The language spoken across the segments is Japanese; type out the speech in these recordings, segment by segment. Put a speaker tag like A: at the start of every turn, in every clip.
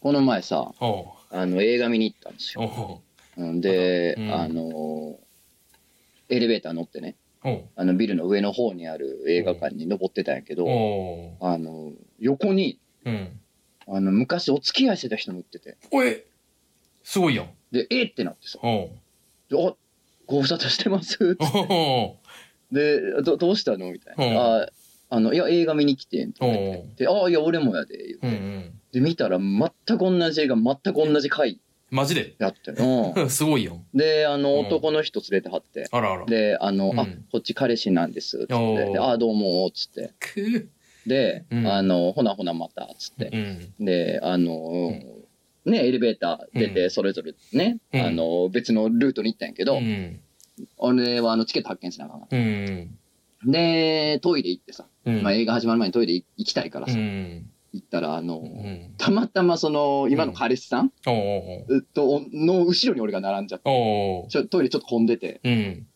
A: この前さ、
B: おう
A: あの、映画見に行ったんですよ。
B: おう
A: うんで、
B: うん
A: あの、エレベーター乗ってね、
B: おう
A: あの、ビルの上の方にある映画館に登ってたんやけど、
B: おう
A: あの、横に、
B: うん。
A: あの、昔お付き合いしてた人も売ってて、
B: おいすごいやん。
A: で、えーってなってさ、
B: おう
A: であご無沙汰してます。
B: おうお
A: で、どどうしたのみたいうな。ああの、いや、映画見に来てんって
B: う
A: 言って。
B: おう
A: で、ああ、いや、俺もやで、言う
B: うんう
A: て。
B: ん。
A: で、見たら、全く同じ映画、全く同じ回
B: マジで
A: やってる。うん
B: すごいやん。
A: で、あの、
B: うん
A: 男の人連れてはって。
B: あらあら。
A: で、あの、
B: う
A: あ
B: ん、
A: こっち彼氏なんです、つって。
B: おー
A: でああ、どうも、つって。
B: くー
A: で、
B: うん
A: あの、ほなほなまた、つって。
B: うん。
A: で、あの、ね、エレベーター出
B: う
A: て、それぞれね、
B: うん
A: あの、別のルートに行ったんやけ
B: う
A: ど、
B: ん。
A: 俺はあの、チケット発見しなあかんかっ
B: うん。
A: た。で、トイレ行ってさ、
B: うん。
A: まあ、映画始まる前にトイレ行行きたいから
B: う
A: さ、
B: ん。
A: 行ったら、あの
B: う、ん。
A: たまたまその、今の彼氏さん
B: おうおう
A: えっと、の後ろに俺が並んじゃって、
B: おう
A: ちょトイレちょっと混んでて、
B: うん。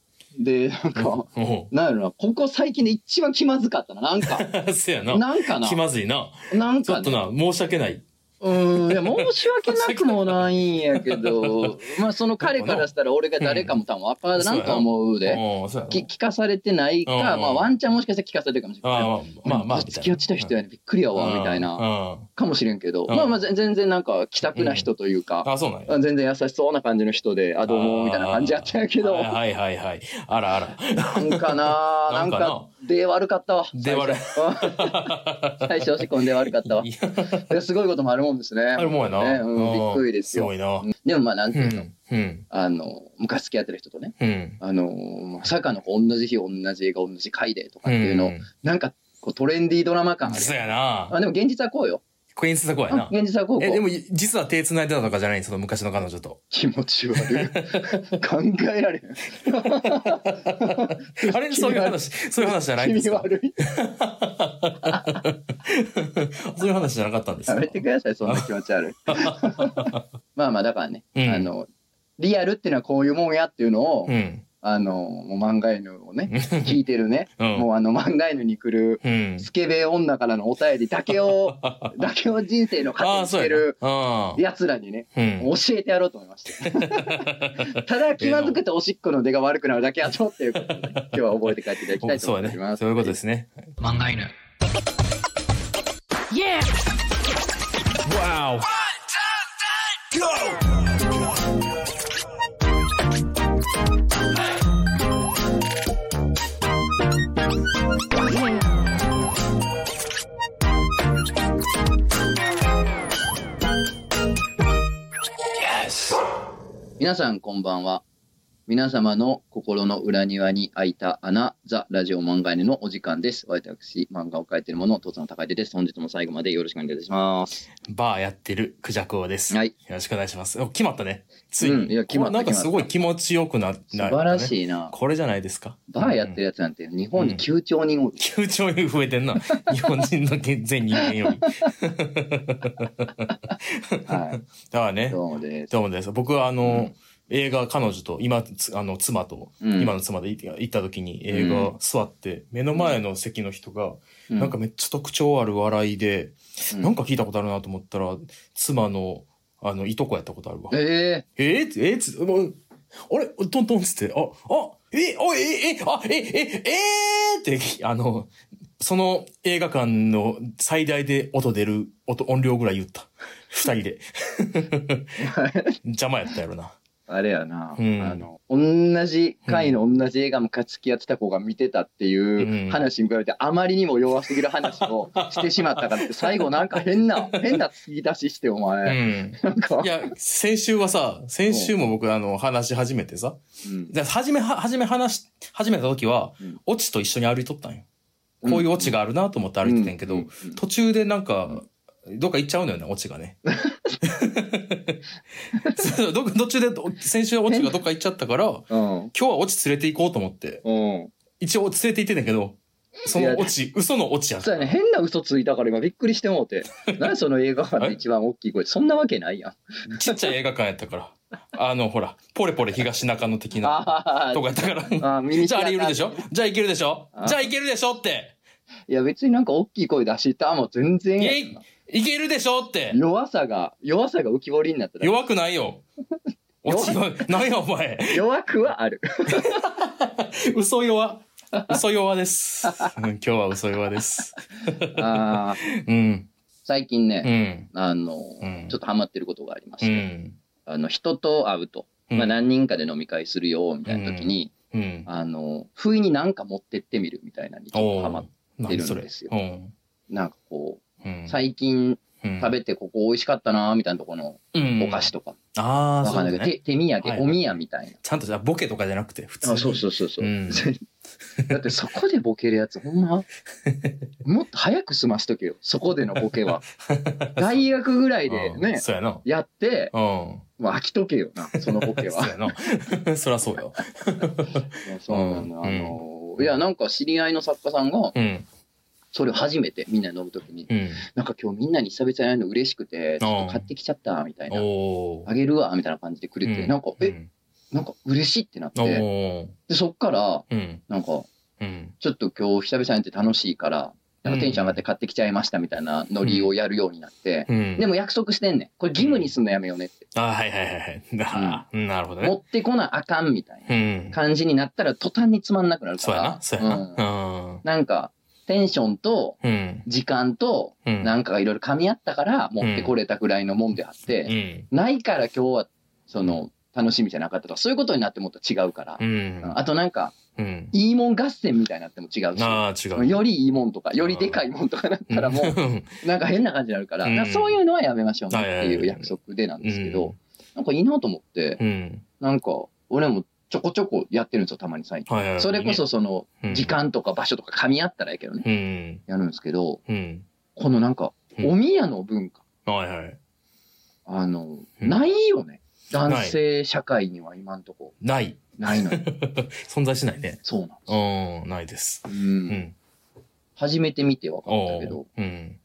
A: で、なんか、
B: お
A: なんやろな、ここ最近で一番気まずかったな、なん か。
B: うせやな。
A: なんかな
B: 気、まずいな。
A: なん
B: ちょ
A: か
B: っと
A: ね、
B: な、申し訳ない。
A: うーん、いや、申し訳なくもないんやけ ど、まあ、その彼からしたら俺が誰かも多分分からんと思うで、
B: おうそうやな
A: き聞かされてないか、
B: うん
A: まあ、ワンチャンもしかしたら聞かされてるかもしれない。
B: ああ、まあまあ、みたいな
A: 付き合ってた人やね、びっくりやわ、みたいな、
B: な。
A: かもしれんけど、
B: うん
A: まあまあ、ぜ全然なんか、気さくな人というか、
B: あ、そうなんや。
A: あ全然優しそうな感じの人で、あ、どうも、みたいな感じやったんやけど、な
B: はいはいはいはい。あらあら。
A: んかな、
B: な
A: なんん
B: かな
A: か、出悪かったわ。
B: 出悪い
A: 最初。 最初、押し込んで悪かったわ。
B: い
A: い
B: や
A: やすごいこともあるもんですね
B: あ。るもんやな。
A: ねうんびっくりですよ
B: すごいな。
A: でもまあ、なんて
B: う
A: いうの、
B: ん。うん。
A: あの、昔付き合ってる人とね、
B: うん。
A: あの、まさかの同じ日、同じ映画、同じ回でとかっていうの、
B: ん
A: なんか、こう、トレンディードラマ感ある。
B: そうやな。
A: あでも現実はこうよ。
B: クイーンスザコやな
A: あ。現実はこうこ
B: え、
A: う
B: でも、実は手繋いでたとかじゃないその昔の彼 女と。
A: 気持ち 悪い。考えられへん。
B: あれそういう話、そういう話じゃないんで
A: 気
B: す
A: 味
B: か
A: 悪い。
B: そういう話じゃなかったんです
A: や
B: か
A: めてください、そんな気持ち 悪い。まあまあ、だからね、
B: うん
A: あの、リアルっていうのはこういうもんやっていうのを、
B: うん。
A: あの、もう漫画犬をね、聞いてるね、
B: うん
A: もうあの漫画犬に来る、
B: うん。
A: スケベ女からのお便りだけ を、だけを人生の糧
B: あ
A: に
B: あ、
A: し
B: そう
A: て
B: や
A: る
B: な。うん。
A: やつらにね、
B: うん。
A: 教えてやろうと思いました。 ただ気まずくておしっこの出が悪くなるだけやぞっていうことで、ね、今日は覚えて帰っていただきたいと
B: そう
A: 思
B: や
A: いま
B: ね。
A: す。
B: そういうことですね。
A: 漫画犬。
B: Wow. Yes.
A: 皆さんこんばんは。皆様の心の裏庭に開いた穴、ザ・ラジオ漫画犬のお時間です。私、漫画を描いているもの、父さん高い手です。本日も最後までよろしくお願いいたします。
B: バーやってるクジャクオです。
A: はい
B: よろしくお願いします。お決まったね。ついに。
A: うんいや決まった
B: これなんかすごい気持ちよくな、な
A: 素晴ら
B: い。
A: しいな。
B: これじゃないですか。
A: バーやってるやつなんて日本に9兆人おる。
B: 急兆に増 えてんな。日本人の全人間より。だか
A: はい。
B: らね、
A: どうもです。
B: どうもです。僕はあの、
A: うん
B: 映画彼女と今、つあの、妻と、
A: うん
B: 今の妻で行った時に映画座って、目の前の席の人が、なんかめっちゃ特徴ある笑いで、
A: うん、
B: なんか聞いたことあるなと思ったら、妻の、あの、いとこやったことあるわ。
A: え
B: えー、えー、つ、もうあれトントンっつって、あ、あ、え、あ、え、え、あ、え、え、えーって、あの、その映画館の最大で音出る音、音量ぐらい言った。二 人で。邪魔やったやろな。
A: あれやな、
B: うん
A: あの、同じ回の同じ映画昔付き合ってた子が見てたってい
B: うん
A: う話に比べて、あまりにも弱すぎる話をしてしまったからって、最後なんか変 な、変な突き出しして、お
B: う
A: 前。
B: ん。
A: なんか
B: い、や、先週はさ、先週も僕あの、話し始めてさ、
A: うん
B: じゃあ初めは、初め話し、始めた時は
A: うん、
B: オチと一緒に歩いとったんよ。こういうオチがあるなと思って歩いてたんやけど、
A: うんうんうん
B: 途中でなんか、どっか行っちゃうのよね、オチ がね。そうどっか途中で、先週オチがどっか行っちゃったから、今
A: うん。
B: 日はオチ連れて行こうと思って、
A: うん。
B: 一応連れて行ってんだけど、そのオチ、嘘のオチやった
A: そうやね、変な嘘ついたから今びっくりしてもう て。何その映画館で一番大きい声。そんなわけないやん。
B: ちっちゃい映画館やったから。あの、ほら、ポレポレ東中野的な、
A: あ
B: とかやったから。
A: あ、ああ、ミニ
B: じ
A: チ
B: ゃ
A: ュア
B: ああれいるでしょじゃあいけるでしょ
A: あ
B: じゃあいけるでしょって。
A: いや別になんか大きい声出したもう全然
B: イ
A: や
B: ェ
A: けど
B: イ
A: な。
B: いけるでしょって。
A: 弱さが、弱さが浮き彫りになっただけ
B: 弱くな いよ。落ちが、なんやお前。
A: 弱くは ある。
B: 嘘弱。嘘弱です。うん今日は嘘弱です。
A: あー
B: うん。
A: 最近
B: う
A: ね、
B: ん。
A: あの、
B: うん
A: ちょっとハマってることがありまし
B: う
A: て、
B: ん。
A: あの、人と会うと、
B: うん
A: まあ、何人かで飲み会するよ、みたいな時に、
B: うん。
A: あの、不意になんか持ってってみるみたいなのにちょっとハマっ
B: 何
A: てるん
B: それ
A: ですよ
B: うん
A: なんかこ
B: うん
A: う、最近
B: うん
A: 食べてここ美味しかったな、みたいなところ
B: うん
A: のお菓子とか、
B: ああ、
A: わ
B: そ
A: かんな
B: う
A: いけ
B: だ
A: ど、
B: ね。
A: 手手土
B: はい
A: 産、お宮みたいな。
B: ちゃんとじゃあボケとかじゃなくて、普通に。
A: あそうそうそうそう。
B: うん
A: だってそこでボケるやつ、ほん ま、もっと早く済ましとけよ、そこでのボケ は。大学ぐらいで
B: う
A: ね
B: ん、そうやな。
A: やって、
B: うん。
A: まあ、飽きとけよな、そのボケ
B: そ
A: は
B: う。やな。そらそうよ。
A: いやそうなんだ、
B: うん
A: あのいや、なんか知り合いの作家さんが、
B: うん。
A: それを初めてみんなで飲むときに、
B: うん。
A: なんか今日みんなに久々に会えるの嬉しくて、ちょっと買ってきちゃった、みたいな。
B: おー
A: あげるわ、みたいな感じでくれて、なんか、
B: う
A: え、
B: ん
A: なんか嬉しいってなっ
B: お
A: て、
B: ー
A: で、そっから、
B: うん。
A: なんか、
B: うん。
A: ちょっと今日久々に会って楽しいから、なんかテンション上がって買ってきちゃいましたみたいなノリをやるようになって、
B: うん。
A: でも約束してんねん。これ義務にすんのやめようねって。
B: あーはいはいはいはい。あーなるほど
A: 持
B: ね。。
A: ってこなあかんみたいうなん感じになったら途端につまんなくなるか
B: そうやな
A: ら。。
B: そうやな。
A: なんか、テンションと
B: うん。うん。
A: 時間と
B: うん。
A: なんかがいろいろ噛み合ったから持ってこれたぐらいのもんであって、
B: う
A: ないから今日はその楽しみじゃなかったとか、そういうことになってもっと違うから。
B: ん。
A: あとなんか、
B: うん。
A: いいもん合戦みたいになっても違うし。
B: ああ、違う。
A: よりいいもんとか、よりでかいもんとかなったらもう、
B: うん
A: なんか変な感じになるから、
B: うん
A: なんかそういうのはやめましょうねって
B: はいはい
A: い
B: は
A: う
B: い
A: 約束でなんですけど、なんかいいなと思って
B: う、ん。
A: なんか俺もちょこちょこやってるんですよ、たまに最近。
B: はいはいはい。
A: それこそその
B: うん
A: 時。間とか場所とか噛み合ったらやけどね、
B: うん。
A: やるんですけど、
B: うん。
A: このなんか
B: うん
A: お宮の文化、
B: はいはい。
A: あの、
B: うん
A: ないよね。男性社会には今んとこ
B: ない。
A: ないのよ。
B: 存在しないね。
A: そうなんですよ。
B: うん、ないです。
A: う。
B: うんん。
A: 初めて見て分かった
B: お
A: けど
B: う、。うん。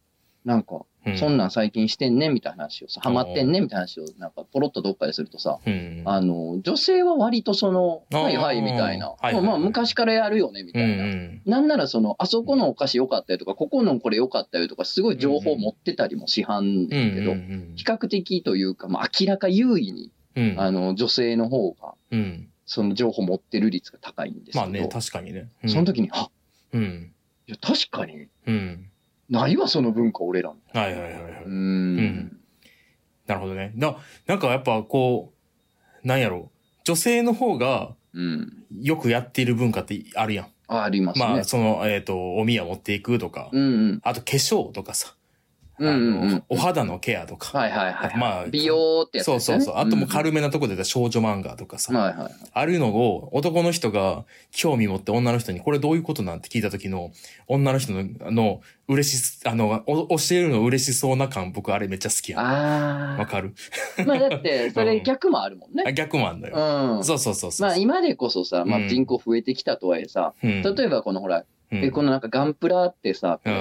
A: なんか、
B: うん
A: そんなん最近してんねみたいな話をさ、ハマってんねみたいな話を、なんかポロッとどっかでするとさ、
B: うん。
A: あの、女性は割とその、
B: あー
A: はいはいみたいな。
B: はいはいはい
A: まあ昔からやるよねみ
B: う
A: た
B: んう
A: いな。
B: ん。
A: なんならその、あそこのお菓子良かったよとか、ここのこれ良かったよとか、すごい情報持ってたりもしはん
B: うん
A: ねんけど、比較的というか、まあ明らか優位に、
B: うん。
A: あの、女性の方が、
B: うん。
A: その情報持ってる率が高いんです
B: まあ
A: け
B: ね、
A: ど、
B: 確かにね。
A: その時に、あ、
B: うん。
A: いや確かに、
B: うん。
A: ないわ、その文化、俺らの。
B: はいはいはいはいう
A: ー。ん。
B: なるほどね。な、なんかやっぱこう、なんやろう。女性の方が
A: うん。
B: よくやっている文化ってあるやん。
A: ありますね。
B: まあ、その、えっと、お宮持っていくとか
A: う、ん
B: あと化粧とかさ、
A: うん。うんうんう
B: あ
A: ん
B: の。お肌のケアとか、
A: はいはいはい。
B: まあ
A: 美容ってやつ
B: そう
A: です
B: そ
A: よ
B: う
A: ね、
B: そう。あともう
A: 軽
B: 軽めなとこで言ったら少女漫画とかさ、
A: はいはい。
B: あるのを男の人が興味持って女の人にこれどういうことなんて聞いた時の女の人の、あの、嬉し、あの、お教えるの嬉しそうな感、僕あれめっちゃ好きやん。わ
A: あ
B: かる
A: あ。まあだって、それ逆もあるもん
B: あ
A: ね。
B: 逆もあんだ
A: う
B: よ。
A: ん。
B: そうそうそうそう。
A: まあ今でこそさ、ま
B: う
A: あ
B: ん
A: 人口増えてきたとはいえさ、
B: うん、
A: 例えばこのほら、
B: うん
A: えこのなんかガンプラってさ、
B: うん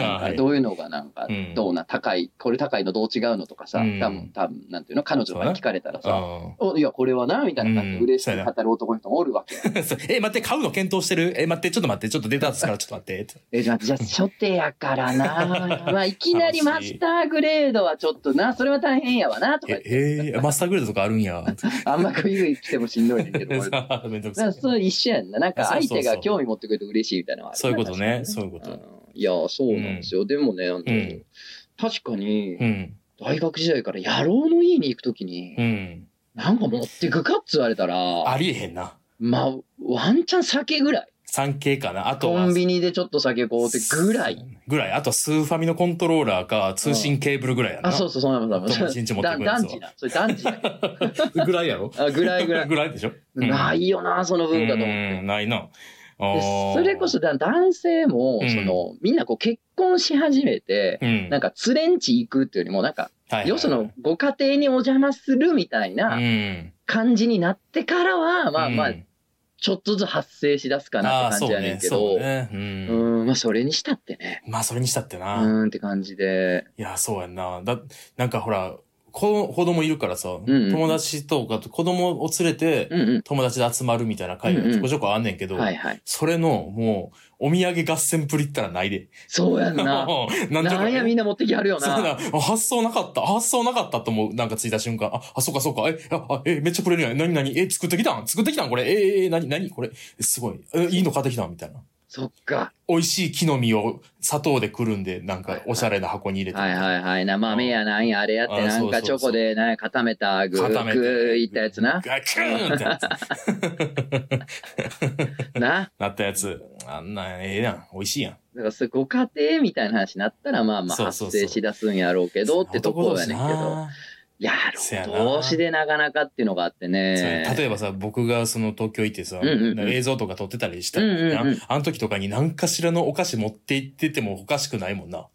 A: なんかどういうのがなんか
B: うん、
A: どうな、高い、これ高いのどう違うのとかさ、
B: うん
A: 多分、多分、なんていうの、彼女とかに聞かれたらさ、
B: あ
A: おいや、これはな、みたいな感じで嬉しく語る男の人もおるわけ。
B: ーそうえ、待って、買うの検討してるえ、待って、ちょっと待って、ちょっと出たんですから、ちょっと待ってって。
A: えじゃあ、じゃあ初手やから な。まあ、いきなりマスターグレードはちょっとな、それは大変やわな、とか言って
B: え、えーマスターグレードとかあるん や。
A: あんま食い食い来てもしんどいねんけど、俺だか
B: さあめんどくさ
A: ら
B: い。
A: そう一緒やんな。なんか
B: そうそ
A: 相
B: うそう
A: 手が興味持ってくれて嬉しいみたいなのはある
B: そういうことね。
A: 確
B: そういうこ
A: かに
B: と。
A: うんいや、そうなんですよ。でもね、あの
B: ん
A: 確かに
B: う、ん。
A: 大学時代から野郎の家に行くときに
B: う、ん。
A: なんか持ってくかっつわれた
B: あ
A: ら、
B: りえへんな。
A: まあ、ワンチャン酒ぐらい。
B: 産経かな。あと
A: コ
B: は。
A: ンビニでちょっと酒買うてぐらい。。
B: ぐらい。あと、スーファミのコントローラーか、通信ケーブルぐらいやな。
A: あ、そうそう、そうなの、そう
B: 友達んち持って
A: な
B: く
A: の。
B: や
A: 団
B: つ
A: 地な。それ団地だけど
B: ぐらいやろ
A: あぐらいぐらい。
B: ぐらいでしょ うん
A: ないよな、その文化と思って。
B: うんないな。あ
A: で
B: ー
A: それこそ、だ男性も
B: うん
A: その、みんなこう結婚し始めて、
B: うん。
A: なんか連れんち行くっていうよりもなんか、
B: はいはい。
A: よその、ご家庭にお邪魔するみたいうなん感じになってからは、まあまあ
B: うん
A: ちょっとずつ発生しだすかな
B: あ
A: って
B: ーそ
A: 感
B: う
A: じやねんけどう,、
B: ねそうねうん
A: んまあそれにしたってね
B: まあそれにしたって
A: う
B: な、い
A: んって感じで
B: やそうやんなだなんかほら子子供いるからさ、
A: うん
B: 友達とかと子供を連れて、
A: うんうん。
B: 友達で集まるみたいな会がちょこちょこあんねんけど、
A: はいはい。
B: それの、もう、お土産合戦ぶりったらないで。
A: そうやんな。
B: もうなんちゅう
A: な
B: か
A: んやみんな持ってきはるよ
B: そうだ
A: な。
B: あ発想なかった。発想なかったと思う。なんかついた瞬間。あ、あ、そうかそうか。え、あ、あえ、めっちゃくれるやん。なになにえ、作ってきたん作ってきたんこれ。え、ええ、なになにこれ。えすごい。え、いいの買ってきたんみたいな。
A: そっか。
B: 美味しい木の実を砂糖でくるんで、なんかおしゃれな箱に入れて。
A: はいはいはい。な、豆やなんや、あれやって、
B: あ
A: なん
B: そう
A: かチ
B: そうそう
A: ョコで、なんや固めたグ
B: 固
A: ー
B: め
A: グ
B: て
A: ーいったやつな。
B: ガクーンってやつ
A: な。
B: なったやつ。あんなんええやん。美味しいやん。
A: だからそう、ご家庭みたいな話になったら、まあまあ
B: そうそうそう
A: 発生しだすんやろうけどってとこやねんけど。いや、
B: せやな
A: どうしでなかなかっていうのがあって
B: そうや
A: ね。
B: 例えばさ、僕がその東京行ってさ、
A: うんうんうん
B: 映像とか撮ってたりした
A: うんうんうん
B: ああの時とかに何かしらのお菓子持って行っててもおかしくないもんな。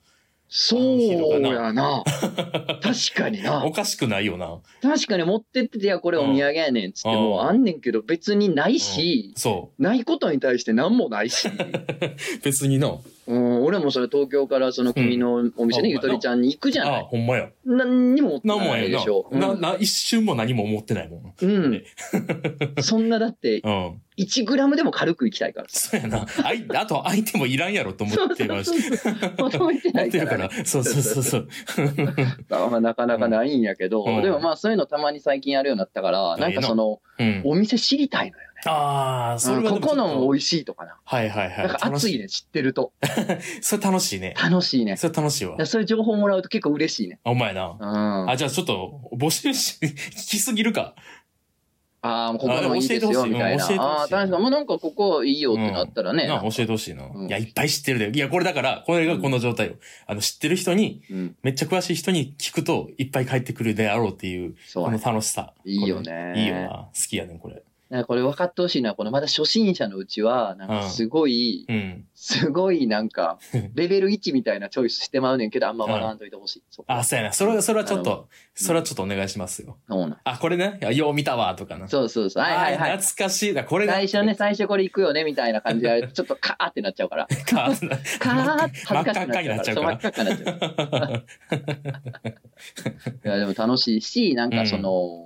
A: そうやな。確かにな
B: お。かしくないよな。
A: 確かに持ってってて、いや、これお土産やねんっつって
B: うん
A: も、あんねんけど、別にないし、
B: そ
A: ないことに対して何もないし。
B: う。別にな。
A: うん、俺もそれ東京からその組のお店ね、
B: うん
A: ゆとりちゃんに行くじゃ
B: あ
A: ない。
B: ほんまや。
A: 何にも持って
B: なんも
A: ない
B: や
A: でしょ。う
B: な。なんな、一瞬も何も思ってないもん。
A: うん。そんなだって、
B: うん。
A: 1グラムでも軽く行きたいから。
B: そうやな。あい、あと相手もいらんやろと思ってまし
A: 求めて
B: 持
A: な
B: っ
A: い
B: て
A: か
B: るからら
A: ね。。
B: そうそうそうそう。
A: まあなかなかないんやけど、
B: うん
A: でもまあそういうのたまに最近やるようになったから、
B: ん
A: なんかその、
B: うん。
A: お店知りたいのよね。
B: ああ、それは
A: う
B: で
A: ん
B: も
A: ここのも美
B: い。
A: 味しいとかな。
B: はいはいはい。
A: なんか熱い
B: 楽し。
A: ね、知ってると。
B: それ楽しいね。
A: 楽しいね。
B: それ楽しいわ
A: だから。そういう情報もらうと結構嬉しいね。
B: お前な。
A: うん。あ
B: あ、じゃあちょっと募集し、 聞きすぎるか。
A: あー、もうここのもいいです
B: あでも
A: よ、
B: 教えてほしい
A: みたいな。
B: うん教えてほしい
A: ああー、楽しい。もうなんかここいいよってなったらね。
B: な、教えてほしいな。
A: うん
B: いや、いっぱい知ってるで。いや、これだから、これがこの状態よ。あの、知ってる人に、
A: うん。
B: めっちゃ詳しい人に聞くと、いっぱい帰ってくるであろうっていう、
A: そ
B: こ
A: う
B: の
A: ね。
B: 楽しさ。
A: いいよ
B: こ
A: ね。
B: れいいよな。好きやねん、これ。
A: なんかこれ分かってほしいのは、このまだ初心者のうちは、なんかすごい、
B: うん。
A: すごいなん か、レベル1みたいなチョイスしてまうねんけど、あんま学んといてほしい。そこ
B: あ、そうやな。それは、それはちょっ
A: あ
B: と、それはちょっとお願いしますよ。
A: そうなん
B: あ、これね。いやよう見たわ、とかな。
A: そうそうそう。はいはいは
B: あー
A: い。
B: 懐かしい。だこれが。
A: 最初ね、。最初これ行くよね、みたいな感じでやる と、ちょっとカーってなっちゃうから。
B: か
A: カーって恥ずかしくなっちゃうから。
B: 真
A: そう真っ赤っかになっちゃう。いや、でも楽しいし、なんかその、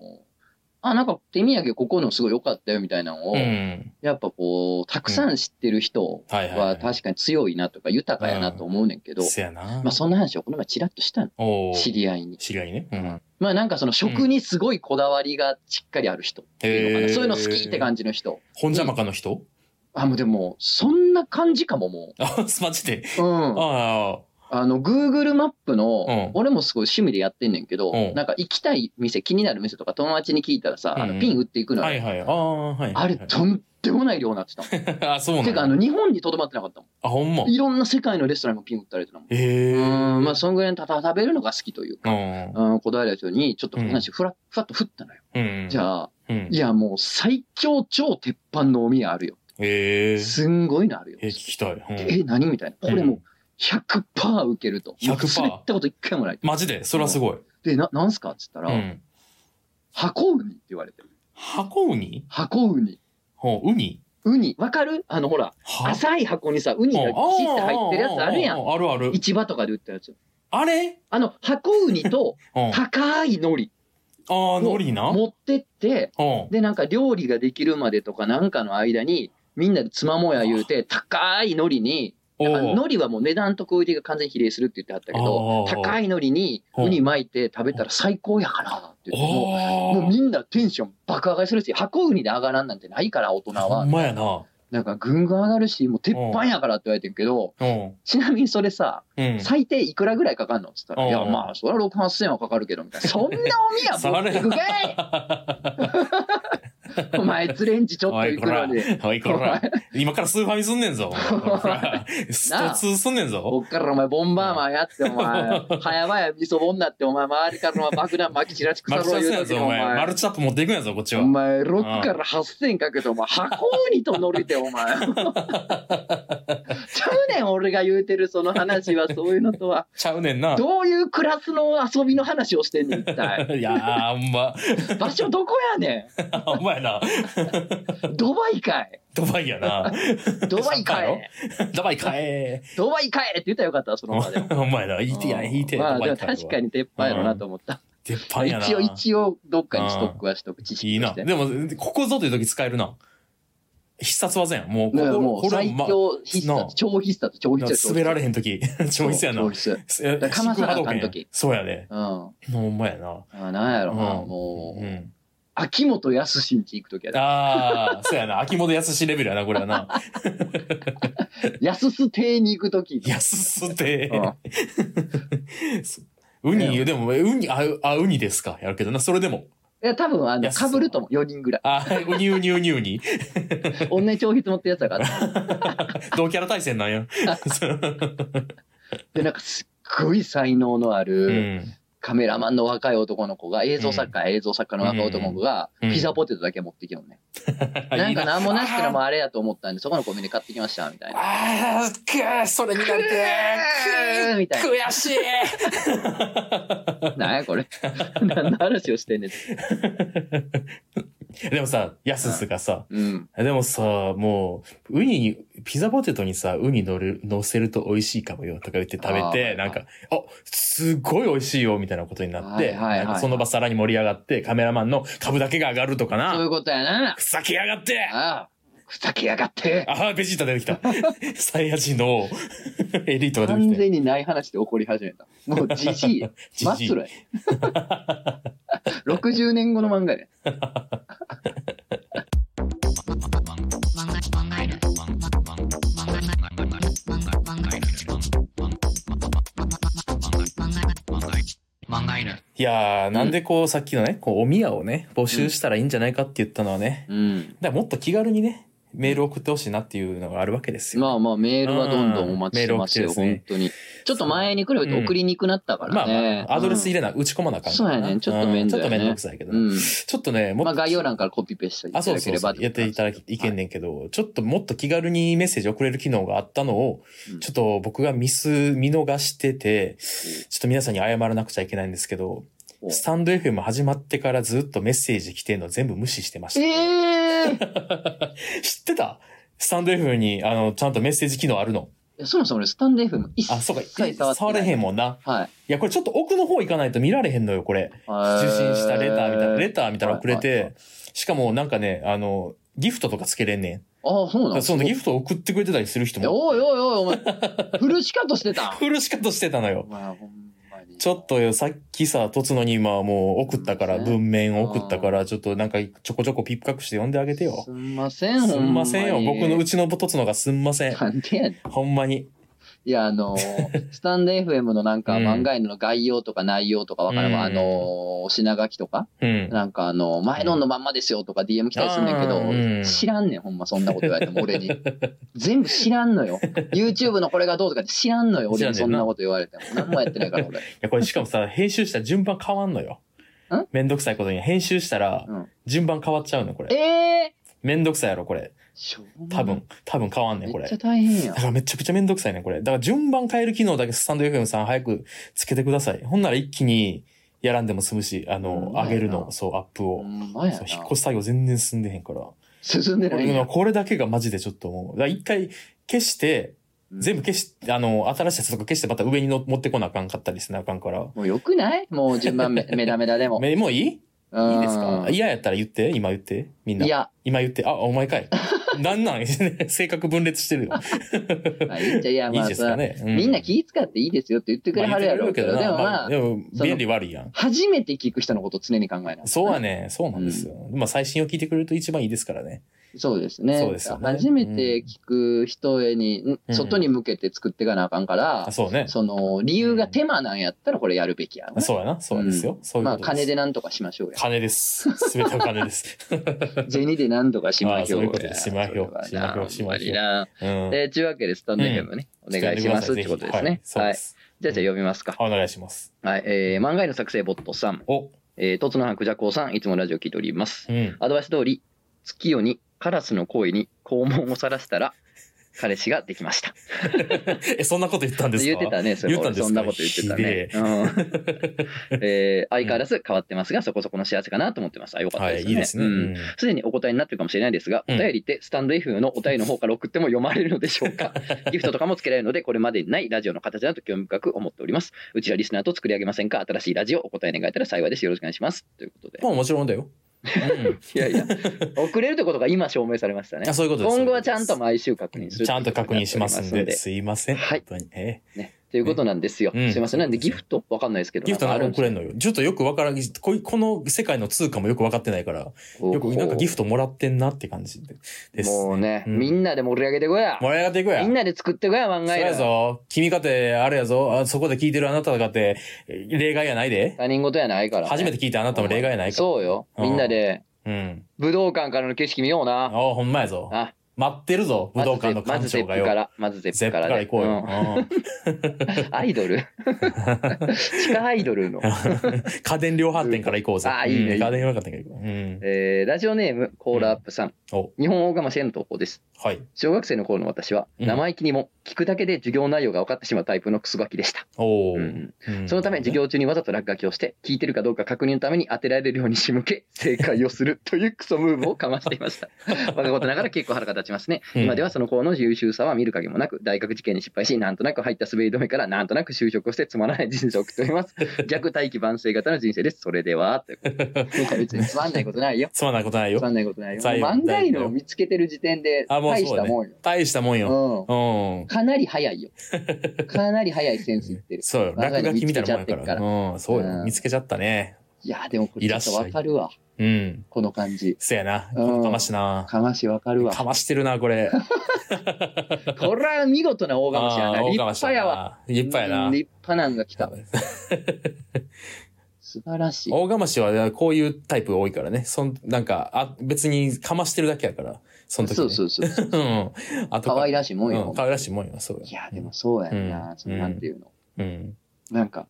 A: あ、なんか手土産ここのすごい良かったよみたいなのを、
B: うん。
A: やっぱこう、たくさん知ってる人
B: はいはいは
A: はい確かに強いなとか豊かやなと思うねんけど、
B: せやな。
A: まあそんな話をこの前チラッとしたの。
B: おー
A: 知り合いに。
B: 知り合いね。うん。
A: まあなんかその食にすごいこだわりがしっかりある人っていうのかな。
B: へー
A: そういうの好きって感じの人。
B: 本邪魔かの人
A: あ、もうでも、そんな感じかもも
B: あ、マジで。
A: う。うん。
B: あ
A: あの、Google マップの、
B: うん
A: 俺もすごい趣味でやってんねんけど、
B: うん
A: なんか行きたい店、気になる店とか友達に聞いたらさ、あ
B: うんう
A: の
B: ん
A: ピン打っていく
B: あ。
A: のよ。
B: はいはい。ああ、はい。
A: あれ、とんでもない量になってたもん。て
B: あ、そうなん
A: か、あ
B: だ。
A: の、日本にとどまってなかったも
B: あ、ほんま
A: ん。。いろんな世界のレストランにもピン打ったりとかも。
B: ええ。
A: う
B: うん。
A: ん、まあ、そんぐらいのたた食べるのが好きというか、うん、こだわりの人に、ちょっと話、ふらっ、ふらっと振ったのよ。
B: うん。
A: じ
B: あ、
A: ゃあ、
B: うん
A: い。や、もう最強超鉄板のお宮あるよ。
B: ええ。
A: すんごいのあるよ。
B: え、聞きたい。うん
A: え、何みたいな。これもう100%受けると。
B: 100%
A: もう滑ったこと一回もない。
B: マジで、それはすごい。
A: で、な、なんすかっつった
B: う
A: ら、
B: ん。
A: 箱ウニって言われてる。
B: 箱ウニ
A: 箱ウニ。
B: ほう、ウニ
A: ウニ。わかるあの、ほら、
B: は
A: 浅い箱にさ、ウニが
B: うん
A: ぎっって入ってるやつあるや。
B: うんんあるある。
A: 市場とかで売ったやつ。
B: あれ
A: あの、箱ウニと
B: うん。あ
A: 高い海苔
B: あ、海苔な。うん。
A: 持ってって、で、なんか料理ができるまでとかなんかの間に、みんなでつまもや言うて、高い海苔に、
B: お
A: あの海苔はもう値段とクオリティが完全に比例するって言ってあったけど
B: お、ー
A: 高い海苔にウニ巻いて食べたら最高やからって言ってもう、もう
B: お
A: みんなテンション爆上がりするし、箱ウニで上がらんなんてないから、大人
B: ほ
A: は
B: ん。まやな。
A: なんかぐんぐん上がるし、もう鉄板やからって言われてるけど、
B: うん。
A: ちなみにそれさ、
B: うん。
A: 最低いくらぐらいかかるのって言ったら、
B: うん
A: いや、まあ、それは6、8000円はかかるけど、みたい な。そんなお宮持ってくかい お前、つレンジちょっといくらで。
B: おい、こら。今からスーファミすんね んぞ。ほらストツすんねんぞ。
A: こっからお前、ボンバーマンやって、お前、早々味噌ぼんなって、お前、周りからお前爆弾巻き散らし腐
B: マルチ
A: ろ
B: ャ
A: う
B: ップ
A: 言
B: や
A: うと
B: ぞ、
A: き
B: お
A: お
B: 前。マ
A: 前。
B: ルチャップ持っていくんやぞ、こっちは
A: お。前、6から8000かけて、お前、箱にと乗 りて、お前。ちゃうねん、俺が言うてるその話は、そういうのとは。
B: ちゃうねんな。
A: どういうクラスの遊びの話をしてんねん、一 体。
B: いやー、あんま、
A: 場所どこやね
B: お前な、
A: ん。ドバイかい。
B: ドバイ やな。
A: ドバイかえ。
B: ドバイ買え。
A: ドバイかえって言ったらよかったわ、その場でも。
B: お前な、いいてや、いいて。
A: まあ
B: ド
A: でも
B: バイ買え
A: 確かに鉄板やろなと思った。
B: 鉄板やな。
A: 一応、一応、どっかにストックはしとく。知
B: い
A: 識
B: い
A: と
B: な。
A: して。
B: でも、ここぞという時使えるな。必殺技やん。もう、こ
A: だから
B: こ
A: もう
B: これ
A: 最
B: ま
A: 強必
B: なあ
A: 殺、超必殺、超必殺。
B: 滑られへん時
A: そ
B: 超
A: う
B: 必要やな
A: 超。必殺
B: え
A: だからかまさなあかん時
B: そうやで。
A: うん。あ
B: ほんまやな。
A: なんやろな、
B: うん
A: もう、
B: うん。
A: 秋元康んち行くときやで。
B: ああ、そうやな。秋元康レベルやな、これ はな。
A: 安す亭に行くとき。
B: 安すて
A: う。
B: ウニ、でも、ウニ、あ、あウニですか。やるけどな。それでも。
A: いや、多分、あの、
B: 安そ
A: 被
B: う
A: ると思う。4人ぐらい。
B: あーウニウニウニウニ。
A: 同じ超必持ってるやつだから。
B: 同キャラ対戦な んや。
A: で、なんかすっごい才能のあ
B: う
A: る、
B: ん。
A: カメラマンの若い男の子が、映像作家や映像作家の若い男の子が、
B: うん
A: ピザポテトだけ持ってきようね。 なんか何もなしってのもあれやと思ったんで、そこのコンビニで買ってきました、みたいな。
B: あーくーそれになりてー
A: みたい
B: 悔しい
A: な。なんやこれ。何の話をしてんねん。
B: でもさ、やすすがさ、
A: うん。
B: でもさ、もう、ウニに、ピザポテトにさ、ウニ乗る、乗せると美味しいかもよとか言って食べ
A: あ
B: て、
A: ー
B: なんか、あ、すごい美味しいよみたいなことになっ
A: は
B: て、
A: いはいはいはい
B: なんかその場さらに盛り上がって、カメラマンの株だけが上がるとか
A: そうい
B: な、
A: うことやな。
B: ふざけやがって
A: ああ、ふざけやがって。
B: あー、ベジータ出て きた。サイヤ人の エリートが出
A: 完
B: てきて。
A: 全にない話で怒り始めた。もうじじい。マッ
B: ジジイ
A: スルや。60年後の漫画やね。
B: いやー、なんでこう、さっきのね、こう、お宮をね、募集したらいいんじゃないかって言ったのはね、
A: うん。
B: だからもっと気軽にね、メール送ってほしいなっていうのがあるわけですよ。
A: まあまあ、メールはどんどんお待ちしてますよ、
B: うんメール
A: 本当に。ちょっと前に比べて送りにくくなったか
B: ま
A: ら
B: あ
A: ね。
B: まあ、アドレス入
A: れ
B: れな、打ち込まなあかん
A: そうやねちょっと面倒やね
B: うんちょっと面倒くさいけど
A: う
B: ね、
A: ん。
B: ちょっとね、もっ
A: ま
B: と、
A: あ、概要欄からコピペしていた
B: あ、そう
A: だけ
B: そう
A: れば
B: そうやっていただき、いけん
A: ね
B: ねんけど、ちょっともっと気軽にメッセージ送れる機能があったのを、
A: うん
B: ちょっと僕がミス、見逃してて、ちょっと皆さんに謝らなくちゃいけないんですけど、
A: お
B: スタンド FM 始まってからずっとメッセージ来てんの全部無視してました。
A: ええ
B: 知ってたスタンド FM に、あの、ちゃんとメッセージ機能あるの。
A: ー、そもそも俺スタンド FM 一
B: あ、そうか、
A: 切触って
B: 触れへん
A: ん。
B: もんな。
A: はい。
B: いや、これちょっと奥の方行かないと見られへんのよ、これ。受
A: 受
B: 信したレターみたいな、レターみたいなのくれ
A: はいはいは
B: て、しかもなんかね、あの、ギフトとかつけれんねん。
A: ああ、そうなの
B: だからそのギフト送ってくれてたりする人
A: いや
B: も、
A: おいおいおい、お前、フルシカトしてたん。
B: フルし方してたのよ。
A: まあ、ほんまに。
B: ちょっとよ、さっきさ、とつのに今もう送ったから、
A: そうですね
B: 文面送ったから、ちょっとなんかちょこちょこピックアップして読んであげてよ
A: す。んません、
B: す
A: ほ
B: ん
A: んま
B: ま
A: に。
B: せんよ。僕のうちのとつのがすんません。
A: なんでやねん。
B: ほんまに。
A: いや、あ のースタンド FM のなんか、
B: うん
A: 漫画への概要とか内容とかわからんわ、
B: うん
A: あのー品書きとか、
B: うん。
A: なんかあのー、前ののまんまですよとか DM 来たりすんねんけど、
B: うん
A: 知らんねん、ほんま、そんなこと言われても俺に。全部知らんのよ。YouTube のこれがどうとかって知らんのよ、俺に
B: 知ら
A: そ
B: んねん
A: ん
B: な
A: なこと言われても。何もやってないから、 俺。
B: いや、これしかもさ、編集したら順番変わんのよ
A: ん。
B: めんどくさいことに。編集したら
A: うん、
B: 順番変わっちゃうの、これ。
A: ええ
B: めんどくさいやろ、これ。
A: ー、
B: 多分、多分変わんね
A: め
B: ん、これ
A: っちゃ。大変や
B: だ。からめちゃくちゃめんどくさいね、これ。だから順番変える機能だけスタンド FM さん早くつけてください。ほんなら一気にやらんでも済むし、あ
A: う
B: の
A: ん、
B: 上げる
A: そうや
B: の、
A: な
B: そう、アップ
A: ほ
B: を。
A: んまや
B: そう
A: な。
B: 引っ越し作業全然進んでへんから。こ
A: 進んでないん
B: れ
A: や。
B: これだけがマジでちょっともう。だから一回消して、全部消し、あの、新しいやつとか消してまた上にの持ってこなあかんかったりせなあかんから。
A: もうよくないもう順番め メダメダでも。
B: めもういいい
A: うん
B: いですか嫌やったら言って、今言って、みんな。
A: いや、
B: 今言って、あ、お前か い。なんなん 性格分裂してるよ。
A: あいいんじゃいや、
B: い
A: ま
B: い
A: あ
B: ですか
A: さ、
B: ね。う
A: みんな気使っていいですよって言ってくれはるやろうけど、
B: まあ
A: で
B: 言
A: も
B: っ
A: まあ、
B: てくれるけどなまあでも
A: その
B: 便利悪いやん。
A: 初めて聞く人のことを常に考えな
B: そうはね、そうなんですよ。まあ最新を聞いてくれると一番いいですからね。
A: そうですね。
B: そうですよね
A: 初めて聞く人へに、ん外に向けて作っていかなあかんから
B: あ、、そうね。
A: その、理由が手間なんやったらこれやるべきやろな
B: そうやな。そうですよ。そういう
A: まあ、
B: ことで
A: 金
B: す。
A: で。なんとかしましょうや。
B: 金です。すべては金 です。
A: 銭でなんとかしましょう
B: あーそういうことですしまひょうしまひょうしまひょううん。
A: えー、というわけで、スタンド FM ね、お願いしますってことです
B: はい
A: ね。
B: そう
A: は
B: で
A: い。
B: す。
A: じゃあ、じゃあ読みますか。
B: はい、お願いします。
A: はい。えー、漫画への作成ボットさん、
B: お、
A: えー、とつのはくじゃこうさん、いつもラジオ聞いております
B: う。ん。
A: アドバイス通り、月夜にカラスの声に肛門をさらしたら、彼氏ができました。
B: え、そんなこと言ったんです
A: 言
B: か
A: ってたね、それ
B: 言ったんですか
A: そんなこと言ってたね。うん えー相変わらず変わってますが、そこそこの幸せかなと思ってます。あ、よかった
B: は
A: で
B: い、
A: すね。
B: いいですね。
A: う
B: うんん
A: すでにお答えになってるかもしれないですが、お
B: うん
A: 便りってスタンド F のお便りの方から送っても読まれるのでしょう か。ギフトとかもつけられるので、これまでにないラジオの形だと興味深く思っており ます。うちはリスナーと作り上げませんか新しいラジオお答え願えたら幸いです。よろしくお願いします。ということで。
B: まあもちろんだよ。うん
A: いやいや、遅れるということが今証明されましたね
B: あ。そういうことです。
A: 今後はちゃんと毎週確認する。
B: ちゃんと確認しますんで、。すいません。
A: はい
B: 本当に。え
A: ね、ということなんですよ。
B: うん
A: すいません。なんでギフトわかんないですけど。
B: ギフト
A: な
B: なんん
A: かあ
B: か
A: るん
B: 送れんのよ。ちょっとよくわからん。こいこの世界の通貨もよくわかってないから、よくなんかギフ
A: ト
B: トもらってんなって感じでです。
A: もうね、
B: うん
A: みんなで盛り上げてこや。
B: もらい上がっていくや。
A: みんなで作ってこや、漫
B: そう
A: 画
B: や
A: や。
B: ぞ。君かて、あれやぞ。あそこで聞いてるあなたかて、え例外やないで。
A: 他人事やないから、ね。
B: 初めて聞いたあなたも例外やないか
A: そうよ。みんなで、
B: ら。うん。
A: 武道館からの景色見よう
B: あ
A: な。
B: あ、ほんまやぞ。
A: あ、
B: 待ってるぞ、武道館の
A: ま
B: 館
A: ずゼ
B: 長
A: ッ
B: が
A: プ
B: よ
A: か。ら。まずゼッ
B: ゼッ
A: プ
B: プ
A: か
B: か
A: ら
B: ら
A: で
B: 行こうよ。うん
A: うんアイドル地下アイドル の。
B: 家電量販店から行こうぜ。
A: あーいいね
B: うん家電量販店から行こう。うん。
A: えーラジオネーム、コーラアップさん。
B: お、
A: 日本大釜市への投稿です。
B: はい。
A: 小学生の頃の私は、
B: うん
A: 生意気にも聞くだけで授業内容が分かってしまうタイプのクソガキでした。
B: おお、
A: うん
B: うん
A: そのため、授業中にわざと落書きをして、聞いてるかどうか確認のために当てられるように仕向け、正解をするというクソムーブをかましていま した。我がことながら結構腹が立ちますね。
B: うん
A: 今ではその子の優秀さは見る影もなく、大学受験に失敗し、なんとなく入った滑り止めから、なんとなく就職をしてつまらない人生を送っており ます。弱大器晩成型の人生です。それでは、ということでいや別につまんないことないよ。
B: つまんないことない
A: つ
B: よ
A: ま。んないことないよ。
B: 大丈夫
A: 漫画犬を見つけてる時点で、
B: あもうそう
A: 大した
B: ね
A: もんよ。
B: 大したもんよ。
A: うん
B: うん。
A: かなり早 いよ。かなり早いセンスいってる。
B: そうよ。
A: 我が
B: 落
A: 家
B: 書
A: に
B: きみたいなもん
A: 見つけちゃって
B: や
A: っ
B: か
A: から
B: ら。うん。そう
A: う
B: よ。
A: ん
B: 見つけちゃったね。
A: いや、でもこれちょっとわかるわ。
B: うん。
A: この感じ。
B: せやな。
A: うん
B: このかましな。
A: かましわかるわ。
B: かましてるな、これ。
A: これは見事 な大かましやな。
B: あー
A: 立
B: 大かまし
A: 派やわ。
B: いっぱ
A: う
B: いや
A: ん
B: な。
A: 立派なんが来た。素晴らしい。
B: 大釜氏はこういうタイプが多いからね。そん、なんか、あ、別にかましてるだけやから。その時、ね。
A: そうそうそう。
B: う。ん。あと
A: 可愛ら
B: らし
A: しいもんよ。
B: かわいらしいもんよ、そうよ。
A: いや、でもそうやんな。
B: うん
A: そのなんていうの。
B: うん。
A: なんか、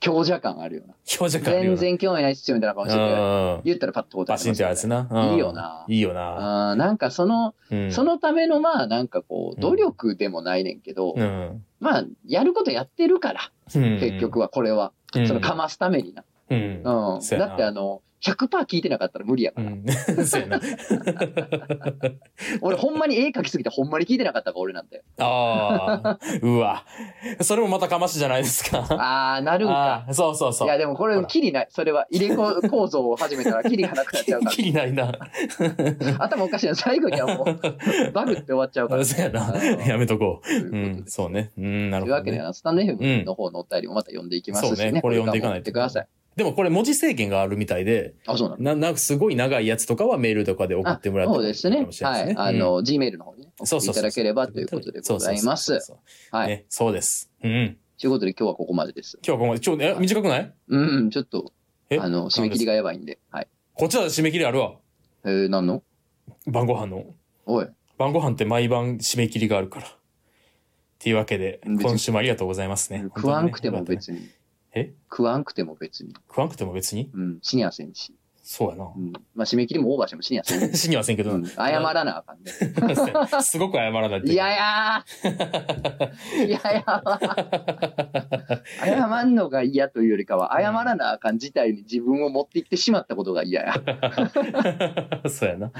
A: 強者感あるよな。
B: 表情感ある
A: 全
B: よな。
A: 然興味ないっすよみたいな顔してて。
B: うん。
A: 言ったらパッと答
B: バ
A: え
B: シンってやつな。うん
A: いいよない
B: いよな。
A: あーなんかその、
B: うん
A: そのためのまあなんかこう、努力でもないねんけど、
B: うん。
A: まあやることやってるから、
B: 結
A: 結局、はこれは。
B: うん
A: そのかますためにな。
B: うん。
A: うん。
B: そうや
A: だ
B: な
A: ってあの、100%聞いてなかったら無理やか
B: う
A: ら。
B: ん。 そうや な。
A: 俺ほんまに絵描きすぎてほんまに聞いてなかったから俺なんだよ。
B: ああ。うわ。それもまたかましじゃないですか。
A: あー、なるんか。
B: ああ、そうそう
A: い
B: そ
A: や
B: う。
A: でもこ
B: ほ
A: れ
B: ら
A: キリない。それは入れ子構造を始めたらキリがなくなっちゃう か
B: きりないな。
A: ら。頭おかしいな。最後にはも うバグって終わっちゃうから。
B: そうやな。
A: うん
B: やめとこ
A: というこ
B: う。う
A: と
B: ん。
A: で
B: そうね。うん、な
A: と
B: る
A: いう
B: ほど
A: わけで、
B: ね。
A: あのスタンド F の方のお便りもまた読んでいきますし
B: そう
A: ね。
B: ねこれ読んでいかない
A: ことれからも送ってください。
B: でもこれ文字制限があるみたいで、
A: あ、そうなの
B: な、なんかすごい長いやつとかはメールとかで送ってもらって
A: そうですね
B: も。しれ
A: は
B: ない
A: い。あ
B: うん
A: の、Gmail の方にね送
B: そう
A: ってい
B: そうそ
A: た
B: う
A: だければということでございま
B: そう
A: す。
B: そうそうそう
A: はい。
B: ね、そうです。うん。
A: ということで今日はここまでです。
B: 今日はここまで。ちょ、え、短くない
A: うん、ちょっと、
B: え
A: あの、締め切りがやばいんで。はい。
B: こっちは締め切りあるわ。
A: えー、なんの
B: 晩ご飯の。
A: おい。
B: 晩ご飯って毎晩締め切りがあるから。っていうわけで、
A: 別に
B: 今週もありがとうございますね。
A: 食わんくても
B: 本当にね
A: 別に。
B: え
A: 食わんくても別に。
B: 食わんくても別に
A: うん、死にやせんし。
B: そうやな
A: う。ん。まあ、締め切りもオーバーしても死にや せん。う
B: 死にはせんけど
A: ん、
B: な。
A: 謝らなあかんね。
B: すごく謝らないと
A: いやいやーいやいや謝んのが嫌というよりかは、謝らなあかん事態に自分を持っていってしまったことが嫌や。
B: そうやな。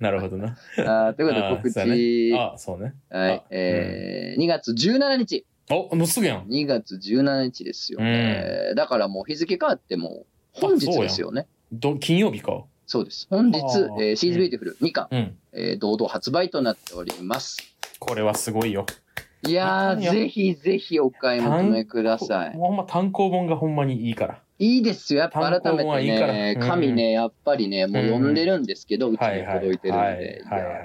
B: なるほどな。
A: あーということで
B: あー
A: 告知、
B: そうやねあ、そうね。
A: はい
B: あ
A: えー2月17日、
B: お、もうすぐやん。
A: 2月17日ですよ、
B: うん
A: えーだからもう日付変わってもう本日ですよね。
B: ど、金曜日か。
A: そうです。本日
B: あ、ー
A: えー、シーズビューティフル2巻、
B: うん。
A: えー堂々発売となっております。
B: これはすごいよ。
A: いや
B: 単
A: ー、
B: よ
A: ぜひぜひお買い求めください。
B: もうほんま単行本がほんまにいいから。
A: いいですよ、やっぱ
B: 単
A: 改
B: 行
A: め
B: 本はいい
A: て
B: から
A: ね
B: う、ん
A: 紙ね、やっぱりね、もう読んでるんですけど、うちに届いてるんで、い
B: はいはいはい
A: や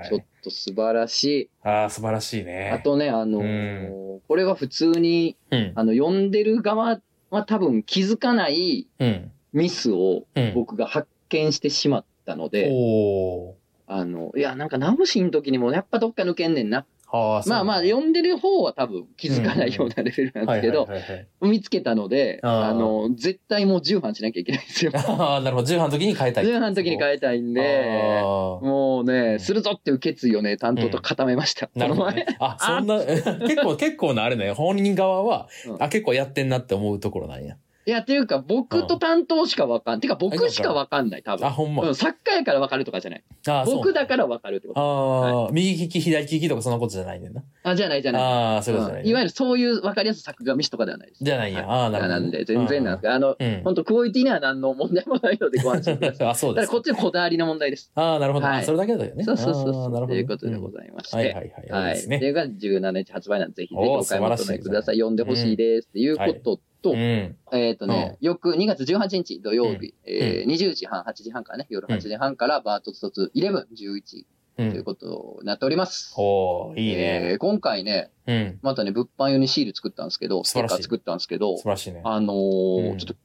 A: ーちょっと素晴らし
B: ああ、素晴らしい
A: い。
B: ね。
A: あ、とね、あのーこれは普通に、
B: うん。
A: あの、読んでる側は多分気づかない
B: うん。
A: ミスを
B: うん。
A: 僕が発見してしまったので、
B: おー。
A: あの、いや、なんか直しの時にもやっぱどっか抜けんねんな。
B: はあ、そう
A: まあまあ、読んでる方は多分気づかないようなレベルなんですけど、
B: はいはいはいはい、
A: 見つけたので、
B: あー
A: あの、絶対もう重版しなきゃいけないんです よ。
B: ああ、なるほど。重版の時に変えたい。
A: 重版の時に変えたいんで、
B: あ
A: もう
B: う
A: ね、
B: ん
A: するぞっていう決意をね、担当と固めました。
B: あ。なるほど、ね。あ、そんな、結構、結構なあれね。本人側は、
A: うん
B: あ、結構やってんなって思うところなんや。
A: いや、っていうか、僕と担当しかわかん、てか僕しかわかんない、多
B: あ、
A: 分。
B: ほんま。
A: うん、作家やからわかるとかじゃない。
B: あ。
A: 僕だかららわかるってこと。
B: ああ、右利き、左利きとかそんなことじゃないねんな。
A: あ、じゃないじゃない。
B: ああ、そういうことじ
A: う
B: ゃなんい、
A: いわゆるそういうわかりやすい作画ミスとかではないです。
B: じゃないんや。ああ、なるほ
A: な
B: ど。
A: んで、全然なんです
B: か。
A: が、あの、
B: うん。
A: 本当クオリティには何の問題もないのでご安心ください。
B: あ、そう
A: ただ
B: です
A: こ。っちのこだわりの問題です。
B: ああ、なるほど。
A: はい
B: あそれだけだよね。
A: そうそうそうそ
B: ああ
A: う。
B: なるほ
A: と
B: ど。
A: いうことでご
B: ん
A: ざいまして。
B: はいはいはい。
A: はい。
B: です
A: と
B: ね。
A: いうが17日発売なんで、ぜひぜひ
B: おー
A: お買い求
B: 素晴らしい
A: め
B: です
A: く
B: ね
A: ださい。読んでほしいです。っていうことと、
B: うん。
A: えっとね、翌2月18日土曜日、えー20時半、8時半からね、夜8時半からバートツトツ11、11
B: う。
A: というんことになっております。
B: おーいい
A: え
B: ね。
A: ー今回ね、
B: うん。
A: またね、物販用にシール作ったんですけど、ス
B: 素
A: テ
B: 晴
A: ッ
B: らしい
A: カー作ったんですけど
B: 素、晴らしいね。
A: あの
B: う
A: ー
B: ん
A: ちょっと、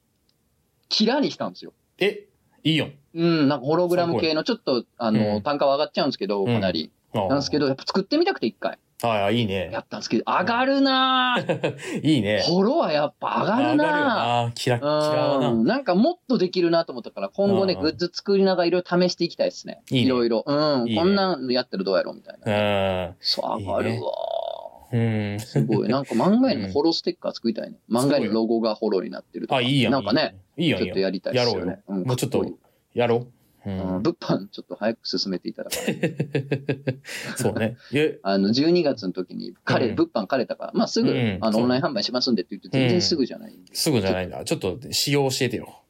A: キラにしたんですよ。
B: え、いいよ。
A: うん、なんかホログラム系の、ちょっと、あの、
B: うん
A: 単価は上がっちゃうんですけど、
B: うん
A: かなり。
B: な
A: なんですけ。ど、やっぱ作ってみたくて一回
B: ああ、いいね
A: や。ったんですけど、上がるな ぁ
B: いいね。
A: ホロはやっぱ上がるなぁ
B: ああ、キラッキラは
A: う
B: な。
A: ん、なんかもっとできるなと思ったから、今後ね、
B: うん
A: グッズ作りながらいろいろ試していきたいですね。
B: いいね
A: いろいろ。うん、
B: いいね
A: こんなんやったらどうやろうみたいな。
B: う
A: そう、上がるわ
B: いいねん。うん。
A: すごい。なんか漫画に
B: う
A: も
B: ん
A: ホロステッカー作りたいね。漫画にロゴがホロになってるとか。
B: あ、いいやん。
A: なんかね、
B: いい
A: ち
B: やん。い
A: ょっ
B: いや
A: と
B: ん。
A: やりたいですよね。ん
B: もうちょっと
A: かこいい
B: やろう。う
A: うん
B: ん。
A: 物販ちょっと早く進めていただかないと
B: そうね。え、
A: あの、12月の時に、彼、
B: うん
A: 物販枯れたから、まあすぐ、
B: うん
A: あの、
B: そう
A: オンライン販売しますんでって言って、全然すぐじゃないんで。
B: すぐじゃないんだ。ちょっと、仕様教えてよ。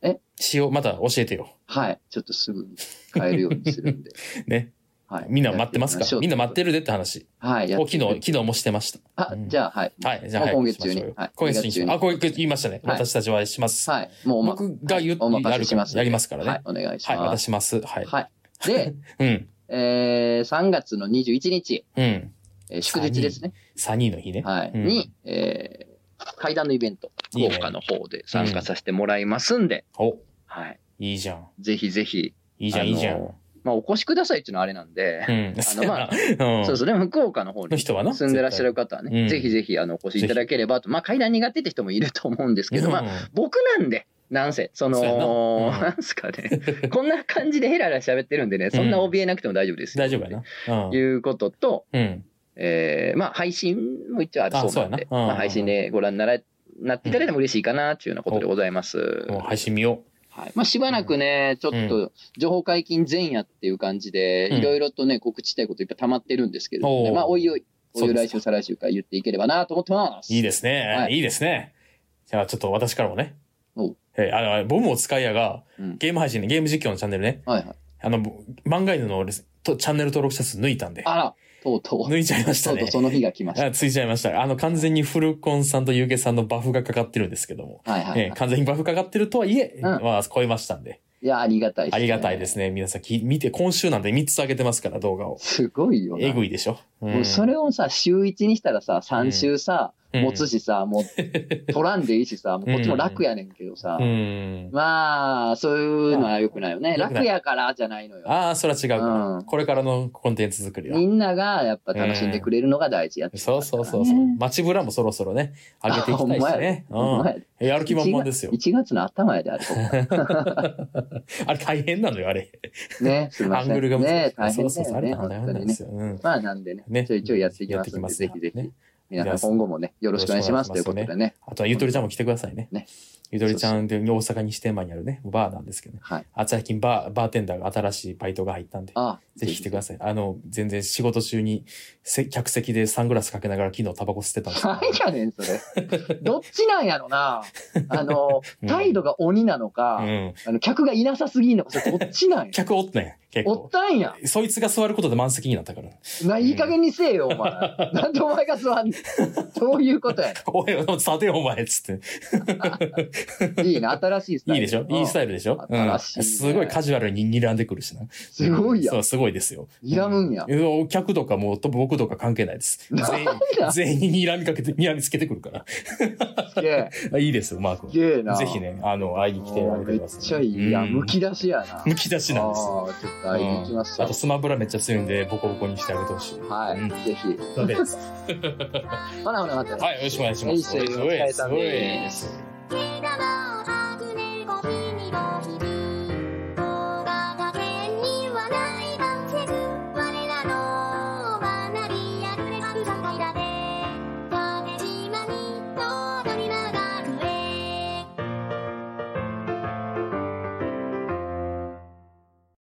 A: え
B: 仕様、また教えてよ。
A: はい。ちょっとすぐに買えるようにする んで。
B: ね。
A: はい。
B: みんな待ってますから。みんな待って
A: る。
B: るでって話。
A: はい。やっ
B: を
A: て
B: 昨
A: い
B: 日
A: く、
B: 昨日もしてました。
A: あ、
B: うん
A: じゃあ、はい。
B: はい。じゃあ、
A: もう
B: はい
A: 今月中に
B: しましょうよ
A: はい
B: 今月中にしま
A: 今月中に
B: しょう。あ、今月言いましたね。
A: はい
B: 私たちはします。
A: はい。もう、ま、
B: 僕が言う、
A: お任
B: や
A: せ
B: る
A: しますんで
B: やりますからね。
A: はい。お願いし
B: はい、
A: ま
B: 私
A: す。
B: します。はい。
A: はい。 で、
B: うん。
A: えー、3月の21日、
B: うん。
A: えー祝日ですね。
B: サニーの日ね。
A: はい。
B: うん
A: に、えー、階段のイベント、福
B: いいね
A: 岡の方で参加させてもらいますんで、
B: お、
A: はい。
B: いいじゃん。
A: ぜひぜひ、
B: いいじゃん、
A: あのー
B: いいじゃん。
A: まあ、お越しくださいっていうのはあれなんで、
B: うん。
A: のまあ
B: うん、
A: そうそう、でも福岡の方
B: の
A: に
B: 人はな。
A: 住んでらっしゃる方は
B: う
A: ね、
B: ん
A: ぜひぜひあのお越しいただければと、まあ階段苦手って人もいると思うんですけ
B: 絶対
A: ど、まあ僕なんで、なんせ、そ
B: そうやな
A: の、
B: うん
A: なんすかね、こんな感じでヘラヘラ喋ってるんでね、そんな怯えなくても大丈夫ですよ。
B: 大丈夫やな。う
A: と
B: ん。
A: いうことと、
B: うん。
A: えーまあ配信も一応あるそうなんで
B: あ、そうやなうん
A: まあ、配信でご覧にならなっていただいても嬉しいかなというようなことでございます。
B: もう配信見よ
A: はいまあ、しばらくね、ちょっと情報解禁前夜っていう感じで、
B: うん
A: いろいろとね、告知したいこといっぱい溜まってるんですけれどもね、
B: おう
A: まあ、おいおい、おいお
B: そう
A: い
B: で
A: 来
B: すか
A: 週、再来週から言っていければなと思ってます。
B: う。いいですね。
A: はい
B: いいですね。じゃあ、ちょっと私からもね。
A: おう
B: えーあの、ボムを使いやが、
A: うん
B: ゲーム配信で、ゲーム実況のチャンネルね。
A: はいはい。
B: あの、漫画犬の俺とチャンネル登録者数抜いたんで。
A: あら、とうとう、
B: 抜いちゃいました
A: とうと
B: ね
A: う。その日が来ました。
B: あついちゃいました。あの、完全にフルコンさんとユーゲさんのバフがかかってるんですけども。
A: はいはい、はい
B: えー完全にバフかかってるとはいえ、
A: ん
B: まあ、超えましたんで。
A: いや、ありがたいです、
B: ありがたいです
A: ね。
B: ね。皆さんき、見て、今週なんで3つ上げてますから、動画を。
A: すごいよな。
B: えぐいでしょ。うん
A: もうそれをさ、週1にしたらさ、3週さ、
B: うん
A: 持つしさ、もう取らんでいいしさ、もうこっちも楽やねんけどさ、
B: うん。
A: まあ、そういうのは良くないよね。
B: 良くない
A: 楽やからじゃないのよ。
B: ああ、それは違うから、
A: うん
B: これからのコンテンツ作りは
A: み。んながやっぱ楽しんでくれるのが大事やって
B: そうそうそうそう。街ブラもそろそろね、上げていきたいしね。
A: ほんま
B: うん。
A: やで
B: えやる気満々ですよ。
A: 1月の頭やであれ。
B: あれ大変なのよ、あれ。
A: ね、すみま
B: ア
A: せ
B: ン
A: ん。
B: グルが難
A: ね
B: し、い。
A: 大変
B: そう
A: だ
B: そうそう。
A: よ
B: あれ
A: ね、
B: 大
A: 本
B: 変な
A: 当に
B: んで
A: ね
B: す。よ。うん。
A: まあなんでね、
B: ね
A: ちょいちょいやっていきますんで、
B: やって
A: ぜ
B: いきます
A: ひぜひ
B: ね、
A: 皆さん今後もね、よろしくお願いしますということでね。
B: あとはゆとりちゃんも来てくださいね。
A: ね
B: ゆとりちゃんって大阪に支店前にあるね、バーなんですけどね。
A: はい。
B: あ最近バー、バーテンダーが新しいバイトが入ったんで、
A: あ、
B: ぜひ来てください。あの、全然仕事中にせ客席でサングラスかけながら昨日タバコ吸ってたん ですけど
A: 何やねん、それ。どっちなんやろ な。あの、態度が鬼なのか、
B: うん。
A: あの客がいなさすぎんのか、それどっちなんや。
B: 客おったんや、 結
A: おっ
B: 構。
A: たんや。
B: そいつが座ることで満席になったから。
A: な、いい加減にせえよ、お前。なんでお前が座んねん。そういうことやね
B: おい、立てよ、お前っつっ
A: ん。
B: て。
A: いいな、新しいスタイ
B: いい
A: ル。
B: でしょいいスタイルでしょうん。
A: 新しいね
B: すごいカジュアルに睨んでくるしな。
A: すごいや
B: そう、。すごいですよ。
A: 睨むんや
B: うお客とかもうと僕とか関係ないです。全員
A: だ、
B: 全員に睨みかけて、睨みつけてくるから
A: すげえ。。
B: あいいですよ、マー君。
A: すげえな。
B: ぜひね、あの、会いに来てあげて
A: めっ
B: ください。
A: ちゃいいや。
B: うん
A: むき出しやな。
B: むき出しなんですよ。
A: あーちょっだいぶきます
B: あ
A: よ
B: と。スマブラめっちゃ強いんで、ボコボコにしてあげてほしい。
A: は
B: うん
A: い、ぜひ。
B: ダメです。
A: ほなほな、また。
B: はい、よろしくお願いします。
A: はい一緒にお疲れ様です
B: おいおいおい